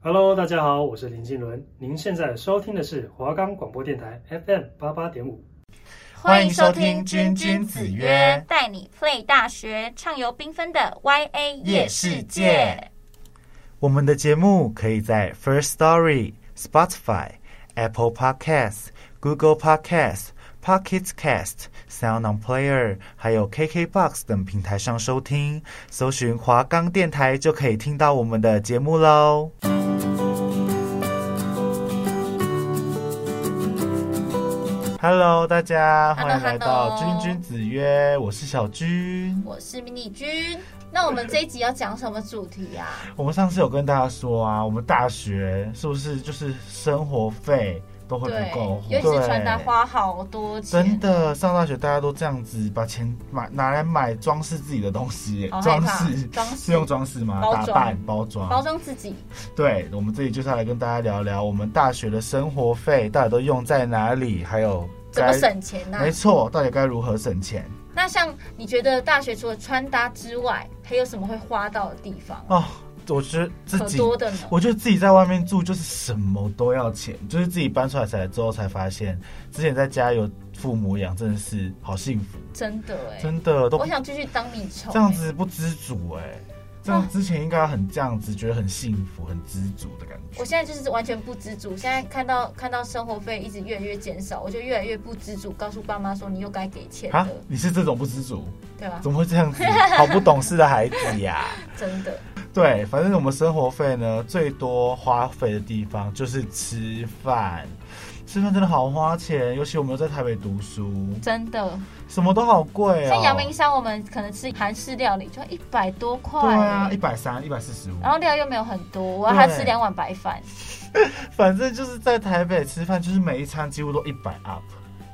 Hello，大家好，我是林静伦。您现在收听的是华冈广播电台 FM 八八点五。欢迎收听君君子约，带你 play 大学，畅游缤纷的 YA 夜世界。我们的节目可以在 First Story、Spotify、Apple Podcasts、Google Podcasts、Pocket Cast、Sound On Player，还有 KKBox 等平台上收听，搜寻华冈电台就可以听到我们的节目喽。Hello，大家欢迎来到 Hello，Hello 君君子约，我是小君。我是迷你君。那我们这一集要讲什么主题啊？我们上次有跟大家说啊，我们大学是不是就是生活费都会对不够，，尤其是对穿搭。花好多钱，真的，上大学大家都这样子，把钱买拿来买装饰自己的东西好，害装怕饰装饰是用装饰吗？包打装扮包装。包装自己。对，我们这里就是要来跟大家聊聊我们大学的生活费到底都用在哪里，还有怎么省啊钱呢、没错，到底该如何省钱？那像你觉得大学除了穿搭之外，还有什么会花到的地方？哦，我觉得自可己多的呢？我觉得自己在外面住就是什么都要钱，就是自己搬出来才之后才发现，之前在家有父母养，真的是好幸福，真的哎、真的都我想继续当米虫、欸这样，子不知足哎、这样之前应该很这样子，觉得很幸福、很知足的感觉我。现在就是完全不知足。现在看到看到生活费一直越来越减少，我就越来越不知足，告诉爸妈说你又该给钱啊了，，你是这种不知足，对吧？怎么会这 样子？好不懂事的孩子呀！真的，对，反正我们生活费呢，最多花费的地方就是吃饭，吃饭真的好花钱，尤其我们又在台北读书， 真的，什么都好贵哦。像阳明山，我们可能吃韩式料理就一百多块，对啊，一百三、一百四十五，然后料又没有很多，我还对吃两碗白饭，反正就是在台北吃饭，就是每一餐几乎都一百 up，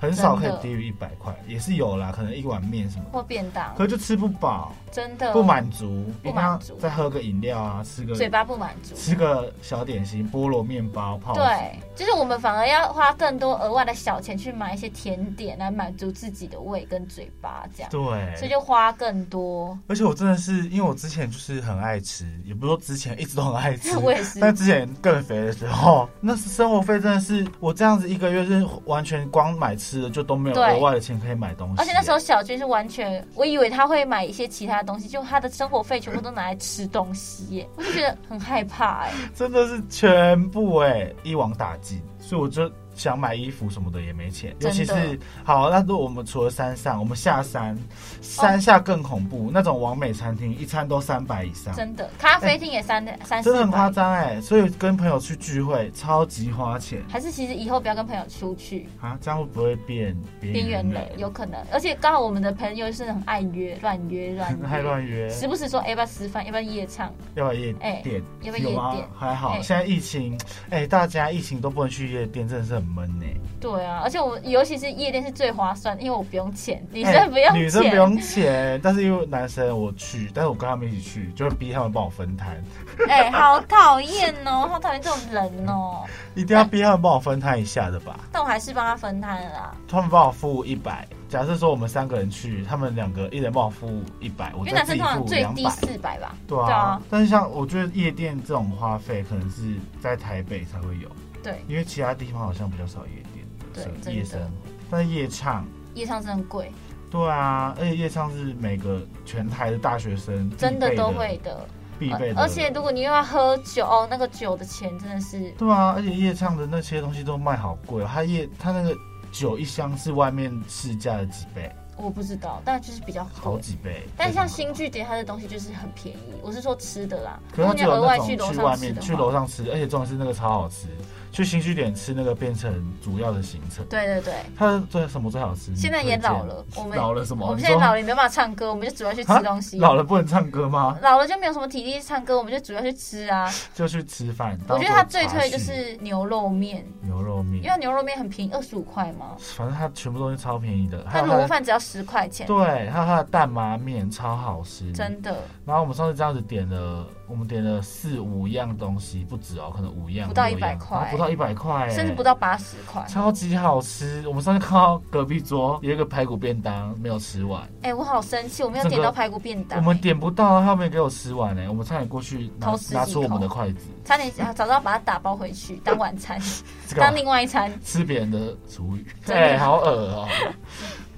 很少可以低于一百块，也是有啦，可能一碗面什么的，或便当，可就吃不饱，真的不，满足，嗯不一定满要足再喝个饮料啊，吃个嘴巴不满足。吃个小点心，菠萝面包泡芙对，就是我们反而要花更多额外的小钱去买一些甜点来满足自己的胃跟嘴巴，这样，所以对。就花更多。而且我真的是，因为我之前就是很爱吃，也不是说之前一直都很爱吃 ，我也是，但之前更肥的时候，那是生活费真的是我这样子一个月是完全光买吃的就都没有对额外的钱可以买东西。而啊且那时候小军是完全，我以为他会买一些其他东西，就他的生活费全部都拿来吃东西 耶，我就觉得很害怕哎。真的是全部哎、一网打尽，所以我就想买衣服什么的也没钱，真尤的其是好，那如果我们除了山上，我们下哦山，山下更恐怖，那种完美餐厅一餐都三百以上。真的，咖啡厅也三三四真的很夸百，张哎，所以跟朋友去聚会超级花钱还是其实以后不要跟朋友出去，啊，这样会不会变边缘人有可能。而且刚好我们的朋友是很爱约，乱约乱 约，太乱约，时不时说哎要不要吃饭，要不要夜唱，要不要夜哎店？要不要夜有吗店？还好，哎现在疫情，哎，大家疫情都不能去夜店，真的是很闷欸呢。对啊。而且我尤其是夜店是最划算，因为我不用钱，女哎生不用钱，女生不用钱，但是因为男生我去，但是我跟他们一起去，就会逼他们帮我分摊，哎、好讨厌哦，好讨厌这种人哦。一定要逼他们帮我分摊一下的吧。但我还是帮他分摊了啦，他们帮我付一百，假设说我们三个人去，他们两个一人帮我付一百，我因为再男自生己通常付最两低百。四百吧。对啊，对啊但是像我觉得夜店这种花费，可能是在台北才会有，对，因为其他地方好像比较少夜店，对所以真的夜生活，但是夜唱，夜唱真的很贵，对啊，而且夜唱是每个全台的大学生必真的备都会的。呃必备的，而且如果你又要喝酒，哦，那个酒的钱真的是对啊，而且夜唱的那些东西都卖好贵、哦，它夜它那个酒一箱是外面市价的几倍，我不知道，但就是比较好贵。几倍。但像非常新据点，它的东西就是很便宜。我是说吃的啦，好，可如果你是它只要有额那外去种楼去上外吃面的去话，楼上吃，而且重点是那个超好吃。去新据点吃那个变成主要的行程。对对对。它的最什么最好吃？现在你也推荐老了，我们老了什么？我们你现在说老了，也没办法唱歌，我们就主要去吃啊东西。老了不能唱歌吗？老了就没有什么体力唱歌，我们就主要去吃啊。就去吃饭。我觉得当作它最茶推就叙是牛肉面，牛肉因面，为牛肉面很便宜，二十五块嘛。反正它全部东西超便宜的。还它有它卤肉的饭只要十块钱，对，还有它的蛋麻面超好吃，真的。然后我们上次这样子点了我们点了四五样东西，不止哦，可能五样，不到六100样块啊不到一百块，甚至不。到八十块。超级好吃！我们上次看到隔壁桌有一个排骨便当没有吃完，哎、我好生气，我没有整点个到排骨便当、我们哎点不到，他们也给我吃完呢。我们差点过去拿偷吃几口拿出我们的筷子，差点啊早知道把它打包回去当晚餐，这当个另外一餐。吃别人的厨余，真的哎、好恶哦、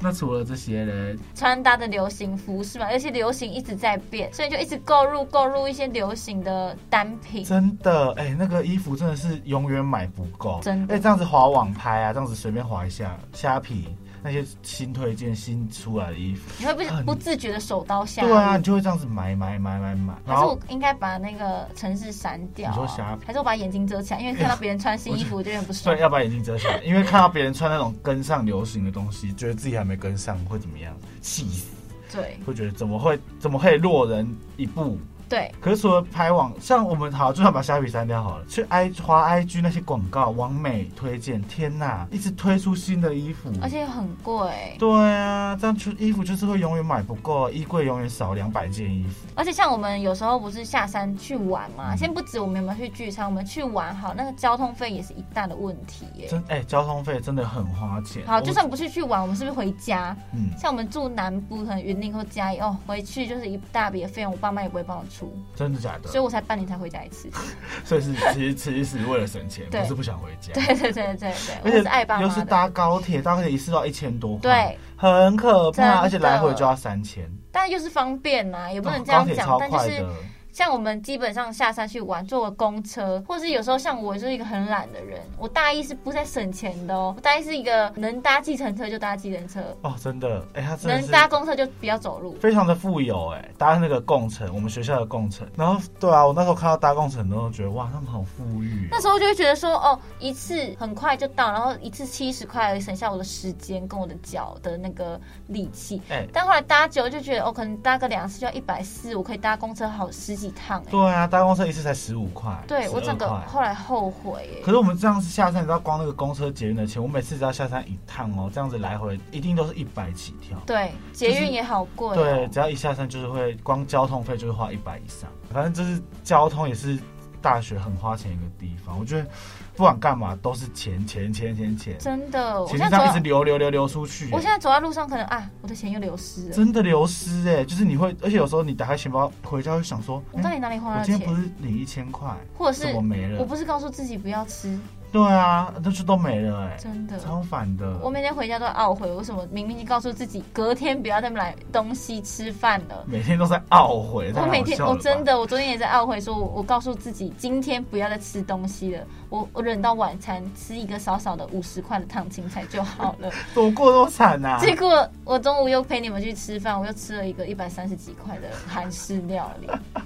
那除了这些呢？穿搭的流行服饰嘛，而且流行一直在变，所以就一直购入购入一些流行的单品。真的，哎、那个衣服真的是永远买不够。真的哎、这样子划网拍啊，这样子随便划一下，虾皮那些新推荐、新出来的衣服，你会不不自觉的手刀下对啊，你就会这样子买买买买买。还然是后我应该把那个城市删掉、啊你说啥还是我把眼睛遮起来，因为看到别人穿新衣服，我就有点不虽爽 然。要把眼睛遮起来，因为看到别人穿那种跟上流行的东西，觉得自己还没跟上，会怎么样？气死！对会觉得怎么会怎么可以落人一步？对，可是除了拍网，像我们好，就算把虾皮删掉好了，去 i 滑 IG 那些广告，网美推荐，天呐，一直推出新的衣服，而且很贵，对啊，这样就衣服就是会永远买不够，衣柜永远少两百件衣服，而且像我们有时候不是下山去玩嘛，嗯先不止我们有没有去聚餐，我们去玩好，那个交通费也是一大的问题耶。真哎、交通费真的很花钱。好，我就算不是去玩，我们是不是回家？嗯，像我们住南部，可能云林或嘉义哦，回去就是一大笔的费用，我爸妈也不会帮我出，真的假的？所以我才半年才回家一次。 所以是其实其实是为了省钱，对不是不想回家。对对对对对，我而且是爱爸又妈是的。搭高铁，搭高铁一次都要一千多块，对，很可真的怕，而且来回就要三千，但又是方便嘛，也不能这哦高样铁讲超，但就快是的。像我们基本上下山去玩，坐个公车，或是有时候像我就是一个很懒的人，我大一是不太省钱的哦，我大一是一个能搭计程车就搭计程车，哦，真的，哎、他真的能是搭公车就不要走路。非常的富有哎、搭那个共乘，我们学校的共乘。然后对啊，我那时候看到搭共乘，都觉得哇，他们好富裕、啊那时候就会觉得说，哦，一次很快就到，然后一次七十块而已，省下我的时间跟我的脚的那个力气。哎但后来搭久了就觉得，哦，可能搭个两次就要一百四，我可以搭公车好十几趟、哎，对啊，搭公车一次才十五块，对我12整个块后来后悔、可哎，是我们这样子下山，你知道光那个公车捷运的钱，我每次只要下山一趟哦，这样子来回一定都是一百起跳。对，捷运也好贵、哦对，只要一下山就是会光交通费就是花一百以上，反正就是交通也是大学很花钱一个地方。我觉得不管干嘛都是钱钱钱钱钱，真的，我钱现就在这样一直走在，流流流流出去、我现在走在路上，可能啊，我的钱又流失了。真的流失哎、就是你会，而且有时候你打开钱包回家会想说，我到底哪里诶花我了今天不钱？是领一千块，或者怎是么没了我？不是告诉自己不要吃，对啊，那就都没了哎、真的。超反的。我每天回家都懊悔，为什么明明就告诉自己隔天不要再买东西吃饭了。每天都在懊悔，我每天，我真的的，我昨天也在懊悔，说我我告诉自己今天不要再吃东西了，我我忍到晚餐吃一个少少的五十块的烫青菜就好了。怎么过得那么惨 呐、啊？结果我中午又陪你们去吃饭，我又吃了一个一百三十几块的韩式料理，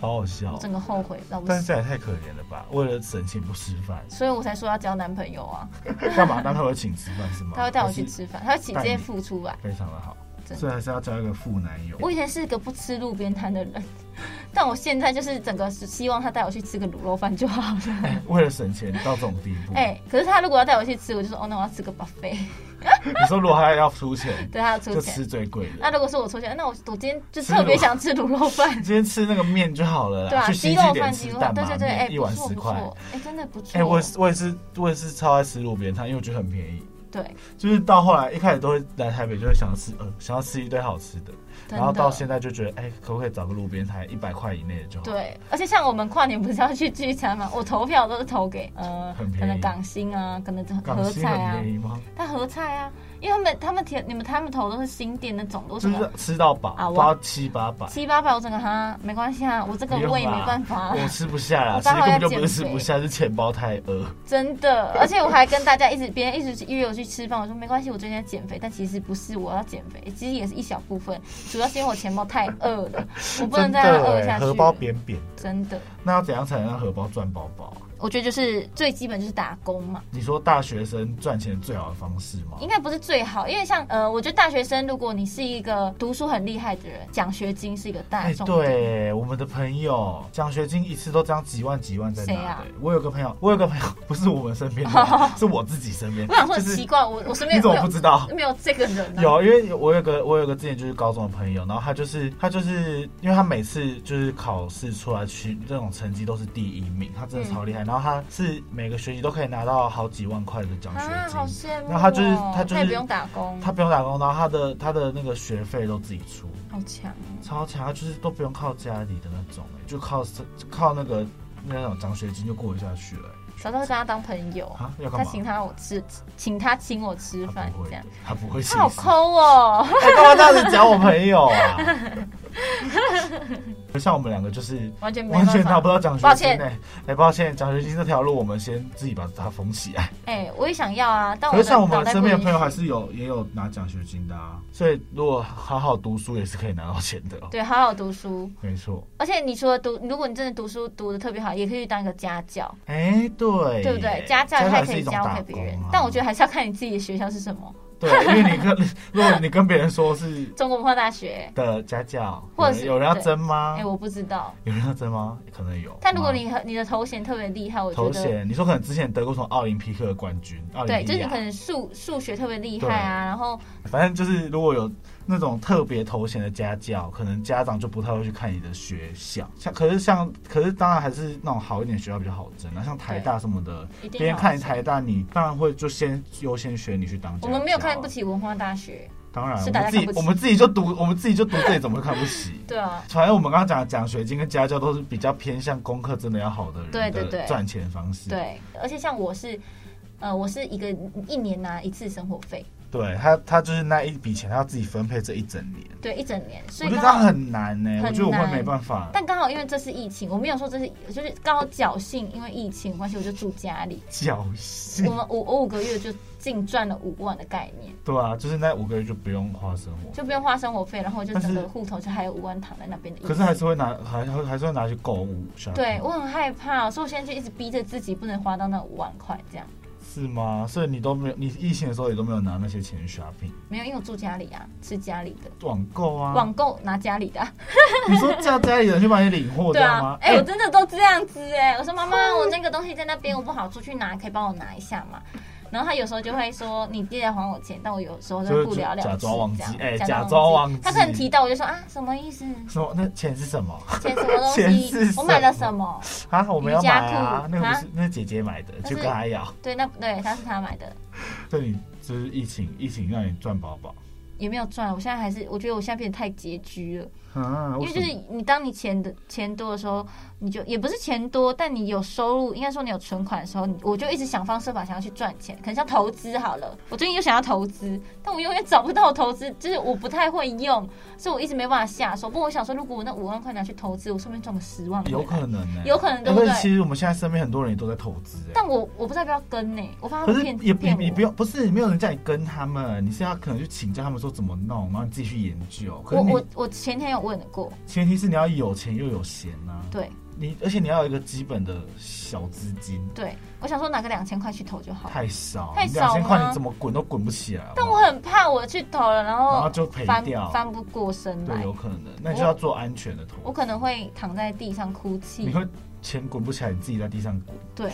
好好笑哦我。整个后悔到不但是行，这也太可怜了吧！为了省钱不吃饭，所以我才说要交男朋友啊，干嘛？男朋友请吃饭是吗？他会带我去，吃饭，他会请这些付出来。非常的好。真的所以还是要交一个富男友。我以前是个不吃路边摊的人，但我现在就是整个是希望他带我去吃个卤肉饭就好了。哎 为了省钱到这种地 步，哎、可是他如果要带我去吃，我就说哦，那我要吃个 buffet， 你说如果他要出钱，对他要出就钱。啊吃最贵的。那如果是我出钱，那我我今天就吃卤特别想吃卤肉饭你，今天吃那个面就好了啦，对啊，去鸡新肉据饭、点鸡吃肉蛋饭，嘛对对对，面哎、一不碗错十不块。错，哎、真的不错。哎、我也是我也是我也是超爱吃路边摊，因为我觉得很便宜。对，就是到后来一开始都会来台北，就会想要吃呃想要吃一堆好吃的，真然后到现的。在就觉得哎、可不可以找个路边摊一百块以内的就好。对，而且像我们跨年不是要去聚餐嘛，我投票都是投给呃很便宜，可能港星啊，可能港合星菜很啊便，宜吗？他合菜啊，因为他们他们填你们他们投都是新店那种的，为什就么？是吃到饱，啊我包七八百，七八百，我整个哈没关系啊，我这个不用胃吧没办法、啊我吃不下啦。我其实刚好根要本就不是吃不下，是钱包太饿。 真的。而且我还跟大家一直，别人一直约我去吃饭，我说没关系，我最近在减肥，但其实不是我要减肥，其实也是一小部分，主要是因为我钱包太饿 了，我不能真再让它的饿哎、下去了。荷包扁扁。真的，那要怎样才能让荷包赚饱饱啊？我觉得就是最基本就是打工嘛。你说大学生赚钱最好的方式吗？应该不是最好，因为像呃，我觉得大学生，如果你是一个读书很厉害的人，奖学金是一个大哎，众。，对，我们的朋友奖学金一次都这样几万几万在拿谁的、啊我有个朋友，我有个朋友 不是我们身边的， 是我自己身边。我想说就很是奇怪，我我身你边怎没么有不知道？没有这个人呢、啊？哦有，因为我有个我有个之前就是高中的朋友，然后他就是他就是因为他每次就是考试出来去这种成绩都是第一名，他真的超厉嗯害。然后他是每个学期都可以拿到好几万块的奖学啊，金，好羡慕、哦。那他就是他就是也不用打工，他不用打工，然后他的他的那个学费都自己出，好强哦。超强，他就是都不用靠家里的那种、欸，就靠是靠那个那种奖学金就过得下去了、欸小时候跟他当朋友，啊，要干他嘛？请他我吃，请他请我吃他饭不这会样。，他不会信他好死抠 哦，哎干嘛这样子讲我朋 友啊？像我们两个就是完全没完办全拿法不。到奖学抱金歉哎、哎，抱歉，奖学金这条路我们先自己把它封起来。哎、我也想要啊，但可我是的像我脑们袋身不边允许。的朋友还是有也有拿奖学金的啊，所以如果好好读书也是可以拿到钱的哦。对，好好读书。没错，而且你除了读，如果你真的读书读的特别好，也可以去当一个家教，哎、对，对不对？家教他还也可是一以种教打给工别人啊。，但我觉得还是要看你自己的学校是什么，对，因为你跟 如果你跟别人说是中国文化大学。的家教，或者是有人有人要对争吗哎、？我不知道。有人要争吗？可能有。但如果妈你和你的头衔特别厉害，我觉头得衔，你说可能之前得过什么奥林匹克的冠军，奥林匹对，亚就是你可能数数学特别厉害啊，然后反正就是如果有那种特别头衔的家教，可能家长就不太会去看你的学校。像可是像可是当然还是那种好一点的学校比较好争啊，像台大什么的，一定别人要看你台大，你当然会就先优先选你去当家我教。啊们没有看不，起文化大学，当然是我大家们自看己不起我们自己就读我们自己就读这里怎么会看不起？对啊，反正我们刚刚讲的奖学金跟家教都是比较偏向功课真的要好的对人对的对赚钱方式。对，而且像我是，呃，我是一个一年拿一次生活费，对他，他就是那一笔钱，他要自己分配这一整年。对，一整年，所我以觉刚得这样好，很难呢、很我觉得我会难没办法。但刚好因为这是疫情，我没有说这是，就是刚好侥幸，因为疫情关系，我就住家里，侥幸我，们五我五个月就净赚了五万的概念，对啊，就是那五个月就不用花生活，就不用花生活费，然后我就但是整个户头就还有五万躺在那边的意思。可是还是会拿，还还还是会拿去购物。shopping 嗯对我很害怕、所以我现在就一直逼着自己不能花到那五万块这样。是吗？所以你都没有，你疫情的时候也都没有拿那些钱去 shopping 没有，因为我住家里啊，吃家里的，网购啊。网购拿家里的啊、你说叫家里人去帮你领货，对哦这样吗啊？，哎、我真的都这样子哎、我说妈妈， 我那个东西在那边，我不好出去拿，可以帮我拿一下嘛？然后他有时候就会说你记得还我钱，但我有时候就就会是不了了之，假装忘记这样哎假假装忘忘记他可能提到我就说啊，什么意思？什么？那钱是什么 钱什么东钱是西什？么我买了什么？啊？我们要瑜伽买啊，裤那个不啊是，那是姐姐买的，那就是跟她要。对，那对他是他买的，所以你就是疫情，疫情让你赚饱饱。也没有赚。我现在还是，我觉得我现在变得太拮据了。啊，因为就是你当你钱的钱多的时候，你就也不是钱多，但你有收入，应该说你有存款的时候，你我就一直想方设法想要去赚钱，可能像投资好了，我最近又想要投资，但我永远找不到投资，就是我不太会用，所以我一直没办法下手。不过我想说，如果我那五万块拿去投资，我顺便赚个十万，有可，能欸呢、有可能，对因不为对？其实我们现在身边很多人也都在投资、哎。但我我不知道要不要跟呢、我怕他可们是骗也不骗我。你不用，不是没有人叫你跟他们，你是要可能去请教他们说怎么弄，然后你自己去研究。可我是我你我前天有问过，前提是你要有钱又有闲呐、啊，对你而且你要有一个基本的小资金，对，我想说拿个两千块去投就好，太少，太两少千块吗你怎么滚都滚不起来好不但好。我很怕我去投了，然后然后就赔翻掉翻不过身对来有。可能，那你就要做安全的投资。我可能会躺在地上哭泣你，会钱滚不起来，你自己在地上滚。对，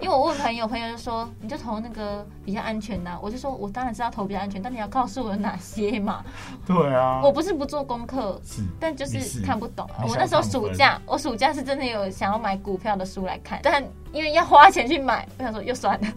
因为我问朋友，朋友就说你就投那个比较安全的啊、我就说我当然是要投比较安全，但你要告诉我有哪些嘛。对啊，我不是不做功课，是但就你是是看不懂。你我想那时候看不暑懂假，我暑假是真的有想要买股票的书来看，但因为要花钱去买，我想说又算了。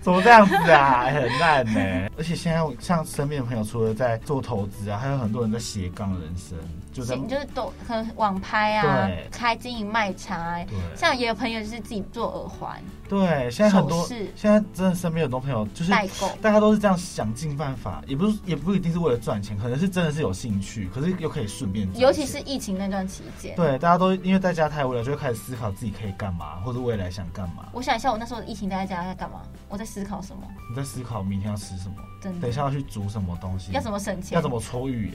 怎么这样子啊？很烂呢、而且现在我像身边的朋友，除了在做投资啊，还有很多人在斜杠人生，就在你就是都可能网拍啊对，开经营卖茶啊、对。像也有朋友就是自己做耳环对，现在很多首饰现在真的身边很多朋友就是代购，大家都是这样想尽办法，也不是也不一定是为了赚钱，可能是真的是有兴趣，可是又可以顺便赚钱。尤其是疫情那段期间。对，大家都因为在家太无聊，就会开始思考自己可以干嘛，或者未来想干嘛。我想一下，我那时候疫情待在家在干嘛？我在思考什么？你在思考明天要吃什么，真的等一下要去煮什么东嗯西，要怎么省钱？ 要怎么抽预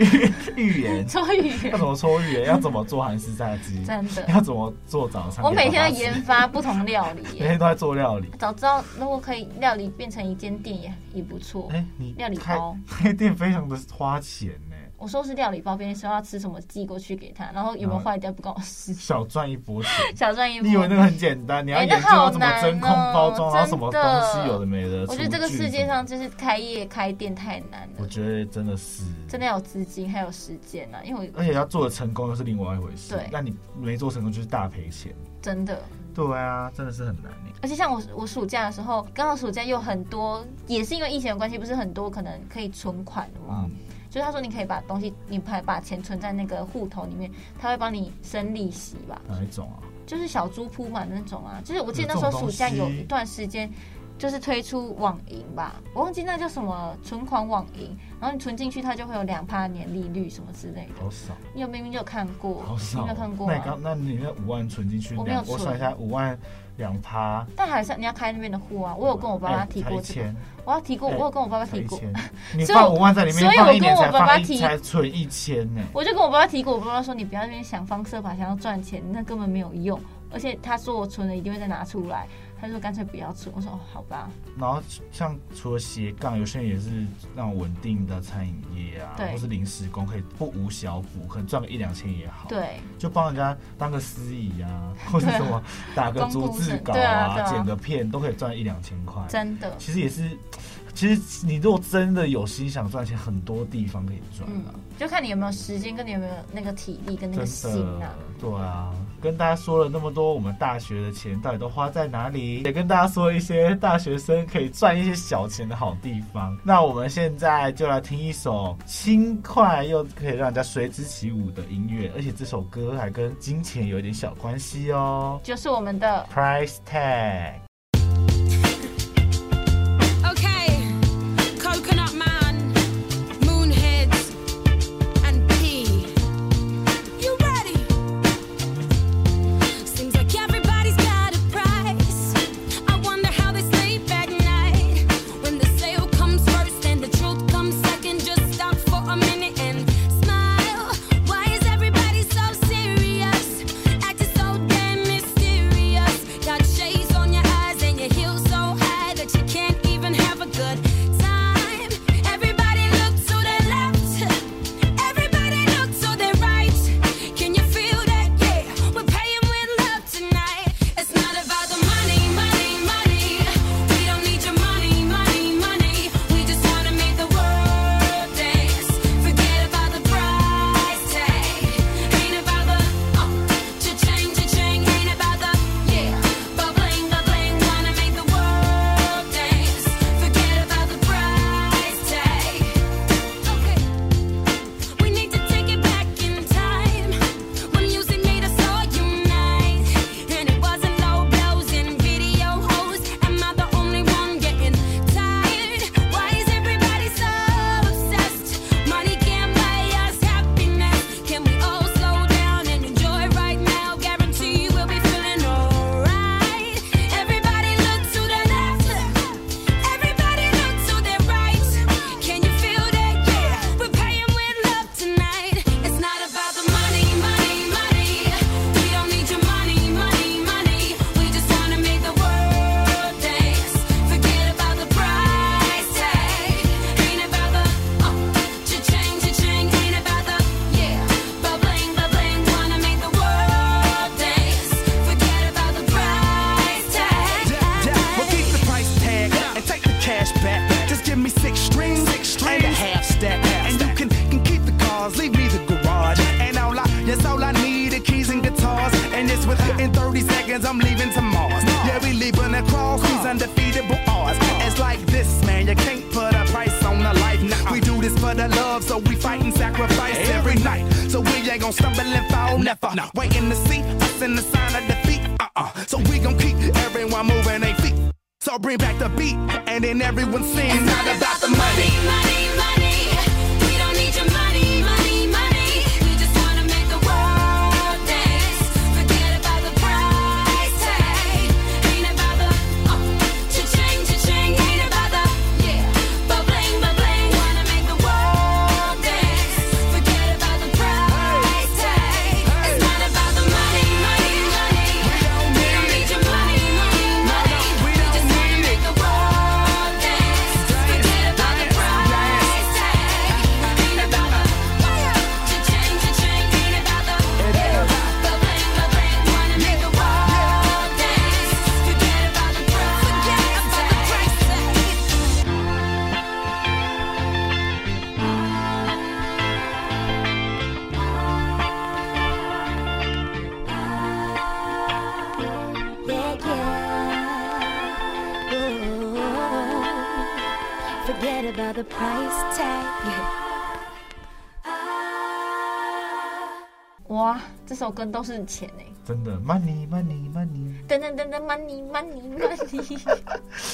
言，预言，搓语 要言，怎么搓预言？要怎么做韩式炸鸡？真的，要怎么做早餐？我每天在给爸爸研吃，发不同料理每耶。天都在做料理。早知道如果可以料理变成一间店也也不错。哎，你哦料理开包开 店非常的花钱呢，我说是料理包，别人说要吃什么寄过去给他，然后有没有坏掉不跟我说，小赚一 波钱。小赚一波嗯你。以为那个很简单？你要哎研那究到好怎么难真空包哦装，然后什么真东的西有的没的。我觉得这个厨具世界什么上，就是开业开店太难我了，觉得真的是真的要有资金还有时间呐、因为我而且要做的成功又是另外一回事。对那你没做成功就是大赔钱。真的。对啊，真的是很难耶而且像我我暑假的时候，刚好暑假有很多，也是因为疫情的关系，不是很多可能可以存款的嘛。嗯，就是他说你可以把东西，你把把钱存在那个户头里面，他会帮你生利息吧，哪一种啊？就是小猪铺满那种啊。就是我记得那时有这种候暑假东西有一段时间。就是推出网银吧，我忘记那叫什么存款网银，然后你存进去，它就会有两趴年利率什么之类的。好少，你有明明就有看过，好你少。哦有没有看过啊那你吗？刚，那你那五万存进去，我没有两我存算一下，五万两趴。但还是你要开那边的户啊。我有跟我爸哎爸提才过一这个，千，我要提过，哎我有跟我爸爸才提一过， 千。你所以我放五万在里面所以，我放一年跟我才爸爸放一提才存一千呢。我就跟我爸爸提过，我爸爸说你不要在那边想方设法想要赚钱，那根本没有用。而且他说我存了一定会再拿出来，他说干脆不要存。我说哦，好吧，然后像除了斜杠，有些人也是那种稳定的餐饮业啊，对或是临时工，可以不无小补，可能赚个一两千也好。，对，就帮人家当个司仪啊， 或是对啊 什么打个公逐务字生稿对啊对啊剪个片，都可以赚一两千块。真的，其实也是，其实你如果真的有心想赚钱，很多地方可以赚嗯啊，，就看你有没有时间，跟你有没有那个体力跟那个心真的啊。。对啊，跟大家说了那么多，我们大学的钱到底都花在哪里？也跟大家说一些大学生可以赚一些小钱的好地方。那我们现在就来听一首轻快又可以让人家随之起舞的音乐，而且这首歌还跟金钱有一点小关系哦。就是我们的 Price tag。 Okay, Coconut Man, Moonheads, and P. You ready? Seems like everybody's got a price. I wonder how they sleep at night. When the sale comes first and the truth comes second, just stop for a minute and smile. Why is everybody so serious? Acting so damn mysterious. Got shades on your eyes and your heels so high that you can't even have a good time. Everybody look to the left. Everybody look to the right. Can you feel that? Yeah, we're paying with love tonight. It's not about the money, money, money. We don't need your money, money, money. We just wanna make the world dance. Forget about the price tag. Ain't about the oh, cha-ching, cha-ching. Ain't about the yeah, bubbling, bubbling. Wanna make the world dance. Forget about the price tag. Okay. We need to take it back in time. When music made us all unite, and it wasn't low blows and video hoes. Am I the only one getting tired? Why is everybody so obsessed? Money can't buy us happiness. Can we all slow down and enjoy right now? Guarantee we'll be feeling alright. Everybody look to the left. Everybody look to the right. Can you feel that? Yeah, we're paying with love tonight. It's not about the money, money, money. We don't need your money, money, money. We just wanna make the world dance. Forget about the price tag. Ain't about the oh, cha-ching, cha-ching. Ain't about the yeah, bubbling, bubbling. Wanna make the world dance. Forget about the price tag. Yeah, yeah. Well, keep the price tag and take the cash back. Just give me six strings, and a half stack. and you can, can keep the cars, leave me the garage. And all I, yes, all I need are keys and guitars. And it's within 30 seconds, I'm leaving to Mars. Yeah, we leaving across these undefeatable odds. It's like this, man, you can't put a price on a life. We do this for the love, so we fight and sacrifice every night. So we ain't gonna stumble and fall, never. Waiting to see us in the sign of defeat. Uh-uh. So we gon' keep everyone moving their feet. So bring back the beat, and then everyone sing. It's not about the money, money, money. We don't need your money, money, money. We just wanna make the world dance. Forget about the price tag. Ain't about the oh, cha-ching, cha-ching. Ain't about the yeah, bubbling, bubbling. Wanna make the world dance. about the price tag. 哇，这首歌都是钱哎、真的 money money money。噔噔噔噔，money money money，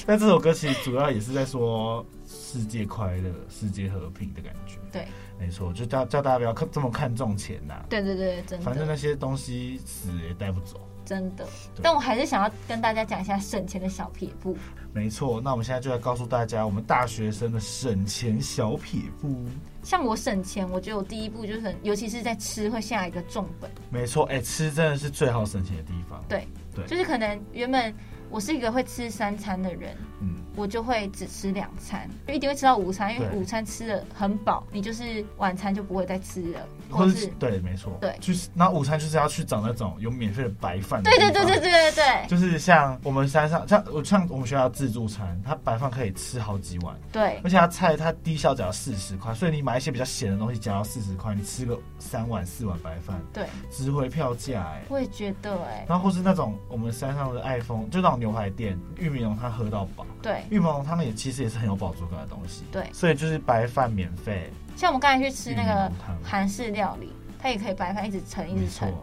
但这首歌其实主要也是在说世界快乐、世界和平的感觉。 对，没错，就叫叫大家不要看这么看重钱呐、对对对，真反正那的些东西死也带不走。真的。对但我还是想要跟大家讲一下省钱的小撇步。没错，那我们现在就来告诉大家我们大学生的省钱小撇步。像我省钱，我觉得我第一步就是很，尤其是在吃会下一个重本。没错，哎、吃真的是最好省钱的地方。对，对就是可能原本我是一个会吃三餐的人，嗯，我就会只吃两餐，就一定会吃到午餐，因为对午餐吃的很饱，你就是晚餐就不会再吃了，或或者是对，没错，对就是那午餐就是要去找那种有免费的白饭。对对对对。对对对就是像我们山上，像我像我们学校自助餐，它白饭可以吃好几碗，对而且它菜它低消只要四十块，所以你买一些比较咸的东西，只要四十块，你吃个三碗四碗白饭，对，值回票价哎、我也觉得哎、然后或是那种我们山上的爱丰，就那种牛排店，玉米浓汤喝到饱，对玉米浓汤也其实也是很有饱足感的东西。对，所以就是白饭免费，像我们刚才去吃那玉个米浓汤韩式料理，它也可以白饭一直盛一没直错盛，，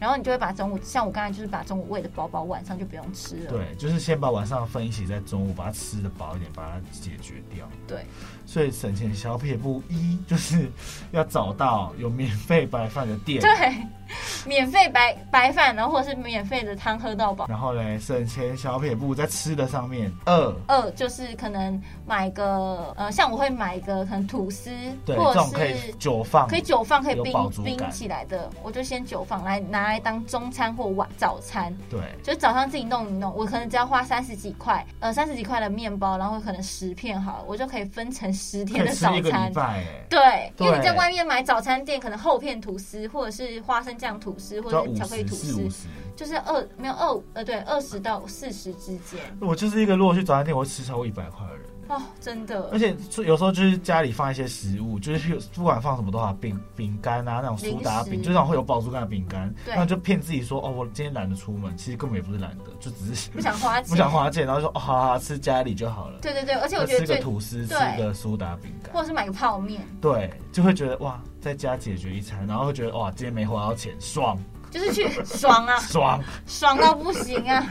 然后你就会把中午，像我刚才就是把中午喂的饱饱，晚上就不用吃了。对，就是先把晚上的分一起，在中午把它吃的饱一点，把它解决掉。对所以省钱小撇步一就是要找到有免费白饭的店，对， 免费白白饭，然后或者是免费的汤喝到饱。然后嘞省钱小撇步在吃的上面。二二就是可能买个呃，像我会买一个可能吐司，对或这者种是可以久放，可以久放，可以有冰饱足感冰起来的，我就先久放来拿来当中餐或晚早餐，对就是早上自己弄一弄，我可能只要花三十几块，呃三十几块的面包，然后可能十片好了，我就可以分成十天可以的吃早一个餐礼。拜哎、对，因为你对在外面买早餐店，可能厚片吐司，或者是花生酱吐司，或哎就者要是五巧克力十吐四司五，十。就是二没有二呃对二十到四十之间我就是一个如果去早餐店，我会吃超过一百块的人。哦，真的而。且就有时候就是家里放一些食物，就是不管放什么都好，饼饼干啊，那种苏打饼，零食就那种会有饱足感的饼干，对然后就骗自己说哦，我今天懒得出门，其实根本也不是懒得，就只是 不想花钱，不想花钱，然后就说哦，好好好吃家里就好了，对对对，而且我就觉吃得个最，吐司，吃对个苏打饼或干，者是买个泡面，对，就会觉得哇，在家解决一餐，然后会觉得哇，今天没花到钱， 爽就是去 爽啊，爽，爽到不行啊！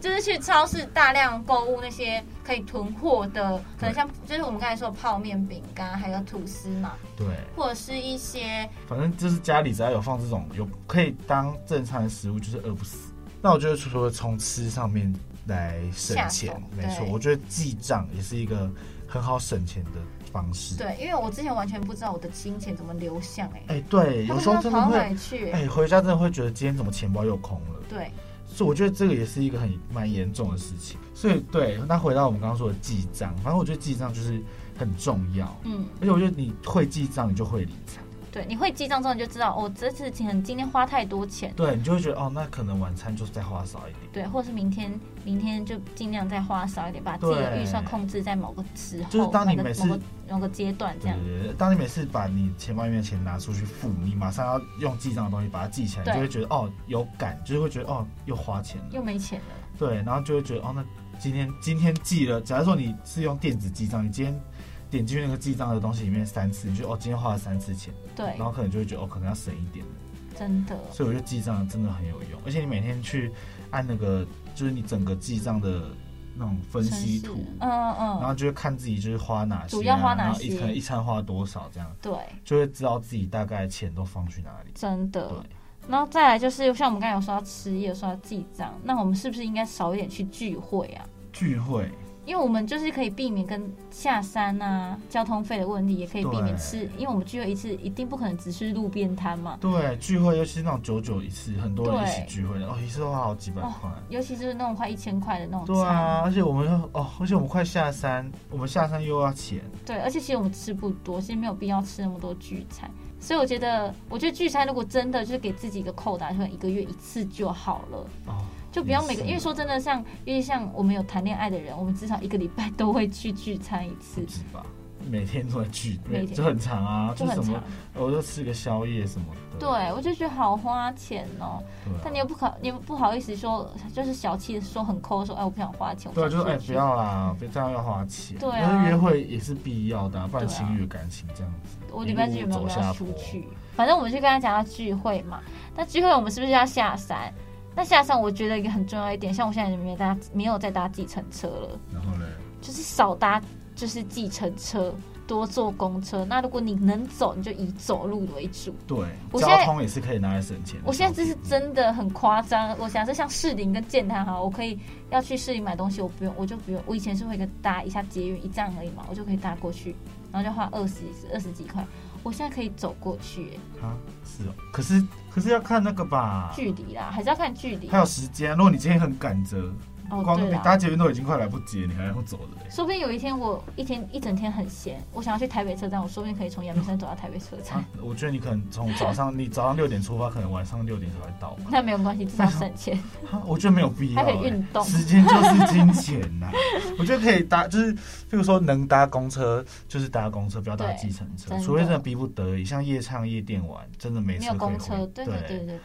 就是去超市大量购物那些可以囤货的，可能像就是我们刚才说的泡面、饼干，还有吐司嘛，对，或者是一些反正就是家里只要有放这种有可以当正餐的食物，就是饿不死。那我觉得除了从吃上面来省下钱手，没错，对我觉得记账也是一个很好省钱的方式。，对，因为我之前完全不知道我的金钱怎么流向哎、哎、对，他有不时知道候真的跑到会，哪里哎、去、欸回家真的会觉得今天怎么钱包又空了。对所以我觉得这个也是一个很蛮严重的事情。所以对，那回到我们刚刚说的记账，反正我觉得记账就是很重要，嗯，而且我觉得你会记账，你就会理财。对，你会记账之后你就知道，哦，这次钱今天花太多钱，对你就会觉得哦，那可能晚餐就再花少一点。对，或者是明天明天就尽量再花少一点，把自己的对预算控制在某个时候，就是当你某每个次某个某个阶段这对样。对对，当你每次把你钱包里面的钱拿出去付，你马上要用记账的东西把它记起来，你对就会觉得哦有感，就是会觉得哦又花钱又了，没钱了，对，然后就会觉得哦那今天今天记了，假如说你是用电子记账，你今天点进去那个记账的东西里面三次，你就哦今天花了三次钱，对然，后可能就会觉得哦可能要省一点了，真的，所以我觉得记账真的很有用，而且你每天去按那个就是你整个记账的那种分真析是图。嗯然嗯，后就会看自己就是花哪些、啊，主要花哪然后一些可能一餐花多少这样，对，就会知道自己大概钱都放去哪里。真对，的。然后再来就是，像我们刚才有说到吃，也有说到记账，那我们是不是应该少一点去聚会啊？聚会因为我们就是可以避免跟下山啊、交通费的问题，也可以避免对吃，因为我们聚会一次一定不可能只是路边摊嘛，对聚会，尤其是那种久久一次，很多人一起对聚会的，哦，一次都花好几百块。尤其是那种快一千块的那种对餐，啊，而且我们又哦，而且我们快下山，我们下山又要钱，对，而且其实我们吃不多，其实没有必要吃那么多聚餐。所以我觉得，我觉得聚餐如果真的就是给自己一个扣打，就一个月一次就好了，哦，就不要每个，也是因为说真的像，因为像我们有谈恋爱的人，我们至少一个礼拜都会去聚餐一次不，止吧？每天都在聚每会，天就很长啊，就就很什么长，我就吃个宵夜什么的。对，我就觉得好花钱哦。对啊但你又不可，你又不好意思说，就是小气的说很抠，说哎我不想花钱。对啊，我就是想哎、出去不。要啦，别这样要花钱。对啊但是约会也是必要的、啊，不然对啊情侣感情这样子。我礼拜日有没有一路跟走他下出坡去？反正我们就跟他讲要聚会嘛。那聚会我们是不是要下山？那下山我觉得一个很重要一点，像我现在没搭，没有再搭计程车了，然后嘞，就是少搭就是计程车，多坐公车。那如果你能走，你就以走路为主。对，我现在交通也是可以拿来省钱的。我现在这是小真的很夸张。我假设像士林跟建潭哈，我可以要去士林买东西，我不用，我就不用。我以前是会跟搭一下捷运一站而已嘛，我就可以搭过去，然后就花二十二十几块。我现在可以走过去、欸屁啊，是哦。可是可是要看那个吧，距离啦，还是要看距离。还有时间。如果你今天很赶着，哦，光对你啦，搭捷运都已经快来不及了，你还要走的嘞。说不定有一天我一天一整天很闲，我想要去台北车站，我说不定可以从阳明山走到台北车站啊。我觉得你可能从早上，你早上六点出发，可能晚上六点才会到吧。 那没有关系，至少省钱。啊我觉得没有必要、欸还可以运动时间就是金钱呐、 我觉得可以搭，就是譬如说能搭公车就是搭公车，不要搭对计程车真，的除非真的逼不得已，像夜唱、夜店玩，真的没没车有可以公回车，对对对对对对，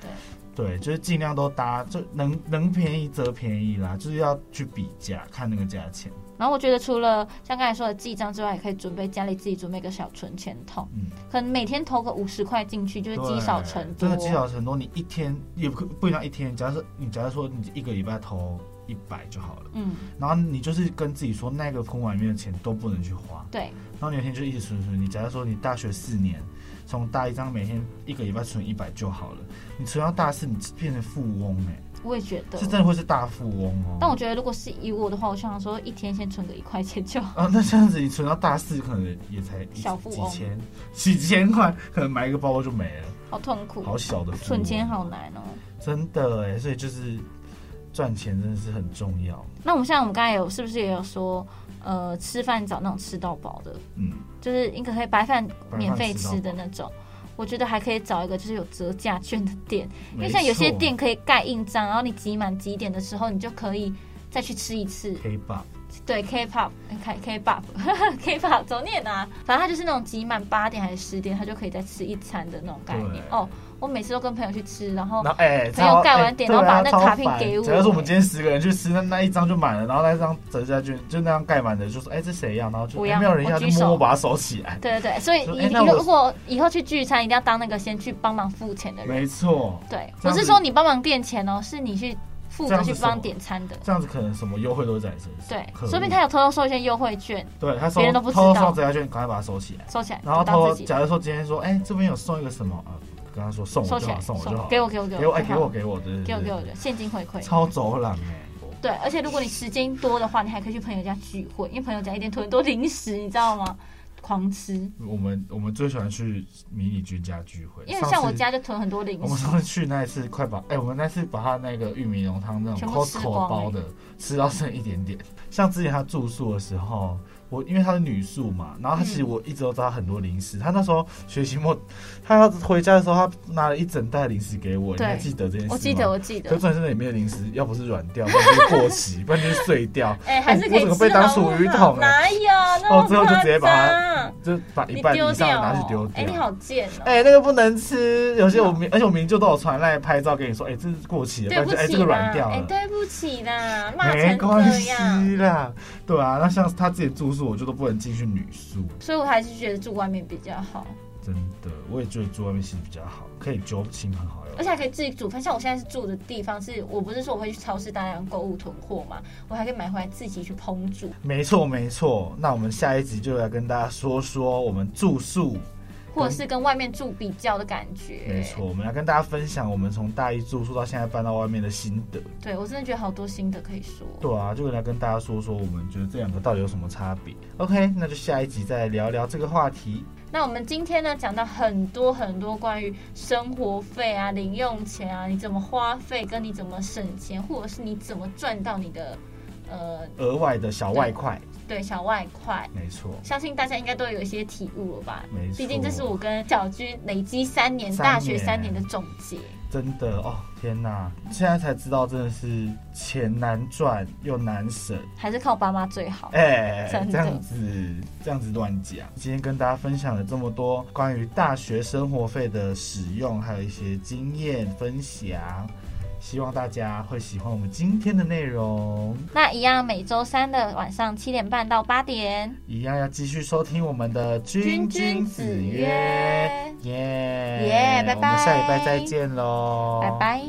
对就是尽量都搭，就能能便宜则便宜啦，就是要去比价，看那个价钱。然后我觉得除了像刚才说的记账之外，也可以准备家里自己准备一个小存钱筒，嗯可能每天投个五十块进去，就是积少成多。对真的积少成多。你一天也不不一定要一天，假如说你假如说你一个礼拜投一百就好了，嗯，然后你就是跟自己说，那个空碗里面的钱都不能去花，对，然后你有一天就一直存存。你假如说你大学四年，从大一这样每天一个礼拜存一百就好了，你存到大四，你变成富翁哎、我也觉得是。真的会是大富翁哦。但我觉得如果是以我的话，我想说一天先存个一块钱就好。啊，那这样子你存到大四，可能也才一小富几翁千、几千块，可能买一个包包就没了，好痛苦，好小的富翁存钱好难哦。真的哎、所以就是赚钱真的是很重要。那我们像我们刚才有是不是也有说，呃，吃饭找那种吃到饱的，嗯，就是应该可以白饭白饭免费吃到吃的那种。我觉得还可以找一个就是有折价券的店，因为没像有些错店可以盖印章，然后你集满几点的时候，你就可以再去吃一次。 K bar 对，K-pop，K K-pop K-pop 怎么念啊？反正它就是那种集满八点还是十点，它就可以再吃一餐的那种概念对。哦，我每次都跟朋友去吃，然后然后哎，哦朋友超盖完哎点对然后把啊那超卡片烦给我假如说我们今天十个人去吃，那那一张就满了，然后那一张折价券就那样盖满的，就说哎这谁要，然后就我哎要没有人要，我就举默默手把它收起 来。对对对，所以说你哎你那我如果以后去聚餐，一定要当那个先去帮忙付钱的人。没错，对，这不样是子说你帮忙垫钱哦，是你去负这责样去是什帮么点餐的。这样子可能什么优惠都会在你身上。对，可恶说不定他有偷偷收一些优惠券，对他收别人都不知偷偷道收折价券，赶快把它收起来。收起来，然后就当偷自偷，己假如说今天说哎这边有送一个什么啊，跟他说送收我就起来，好，送我就好，给我给我给我给我哎给就好我给我，对对给我对给我给我现金回馈。超走廊哎。对，而且如果你时间多的话，你还可以去朋友家聚会，因为朋友家一定囤很多零食，你知道吗？狂吃，我们我们最喜欢去迷你君家聚会，因为上像我次家就囤很多零我们食，上次去那一次，快把哎、我们那次把他那个玉米浓汤那全种部吃 Costco 光包的哎吃到剩一点点。像之前他住宿的时候，我因为他是女宿嘛，然后他其实嗯我一直都知道很多零食。他那时候学期末，他要回家的时候，他拿了一整袋零食给我，你对还记得这件事吗？我记得我记得可是，重点是那里面的零食，要不是软掉，不然就是过 期，不然就是碎掉。哎、还是可以我整个吃被当好属不鱼好桶哎、哪有那哦么，最后就直接把夸它张，就把一你半丢以上掉的哦，拿去丢掉。哎、你好贱哦、哎、那个不能吃，有些我明，而且我明就都有传来拍照给你说，哎、这是过期了，对不然不起就哎、啦，这个软掉哎、了，对不起啦，骂没成关这样，系啦，对啊，那像他自己住宿，我就都不能进去女宿，所以我还是觉得住外面比较好，真的，我也觉得住外面其实比较好，可以揪亲朋好友而，且还可以自己煮饭。像我现在是住的地方是，我不是说我会去超市大量购物囤货嘛，我还可以买回来自己去烹煮，没错没错，那我们下一集就来跟大家说说我们住宿，或者是跟外面住比较的感觉。没错，，我们来跟大家分享我们从大一住宿到现在搬到外面的心得，对我真的觉得好多新的可以说。对啊，就来跟大家说说我们觉得这两个到底有什么差别，OK，那就下一集再聊聊这个话题。那我们今天呢，讲到很多很多关于生活费啊、零用钱啊，你怎么花费，跟你怎么省钱，或者是你怎么赚到你的呃额外的小外快，对小外快。没错，相信大家应该都有一些体悟了吧？没错毕竟这是我跟小军累积三年三年大学三年的总结。真的哦，天哪！现在才知道，真的是钱难赚又难省，还是靠爸妈最好。哎、真的这样子这样子乱讲。今天跟大家分享了这么多关于大学生活费的使用，还有一些经验分享，希望大家会喜欢我们今天的内容。那一样，每周三的晚上七点半到八点，一样要继续收听我们的《君君君君子子曰曰》，耶耶拜我们下礼拜拜再见喽，拜拜。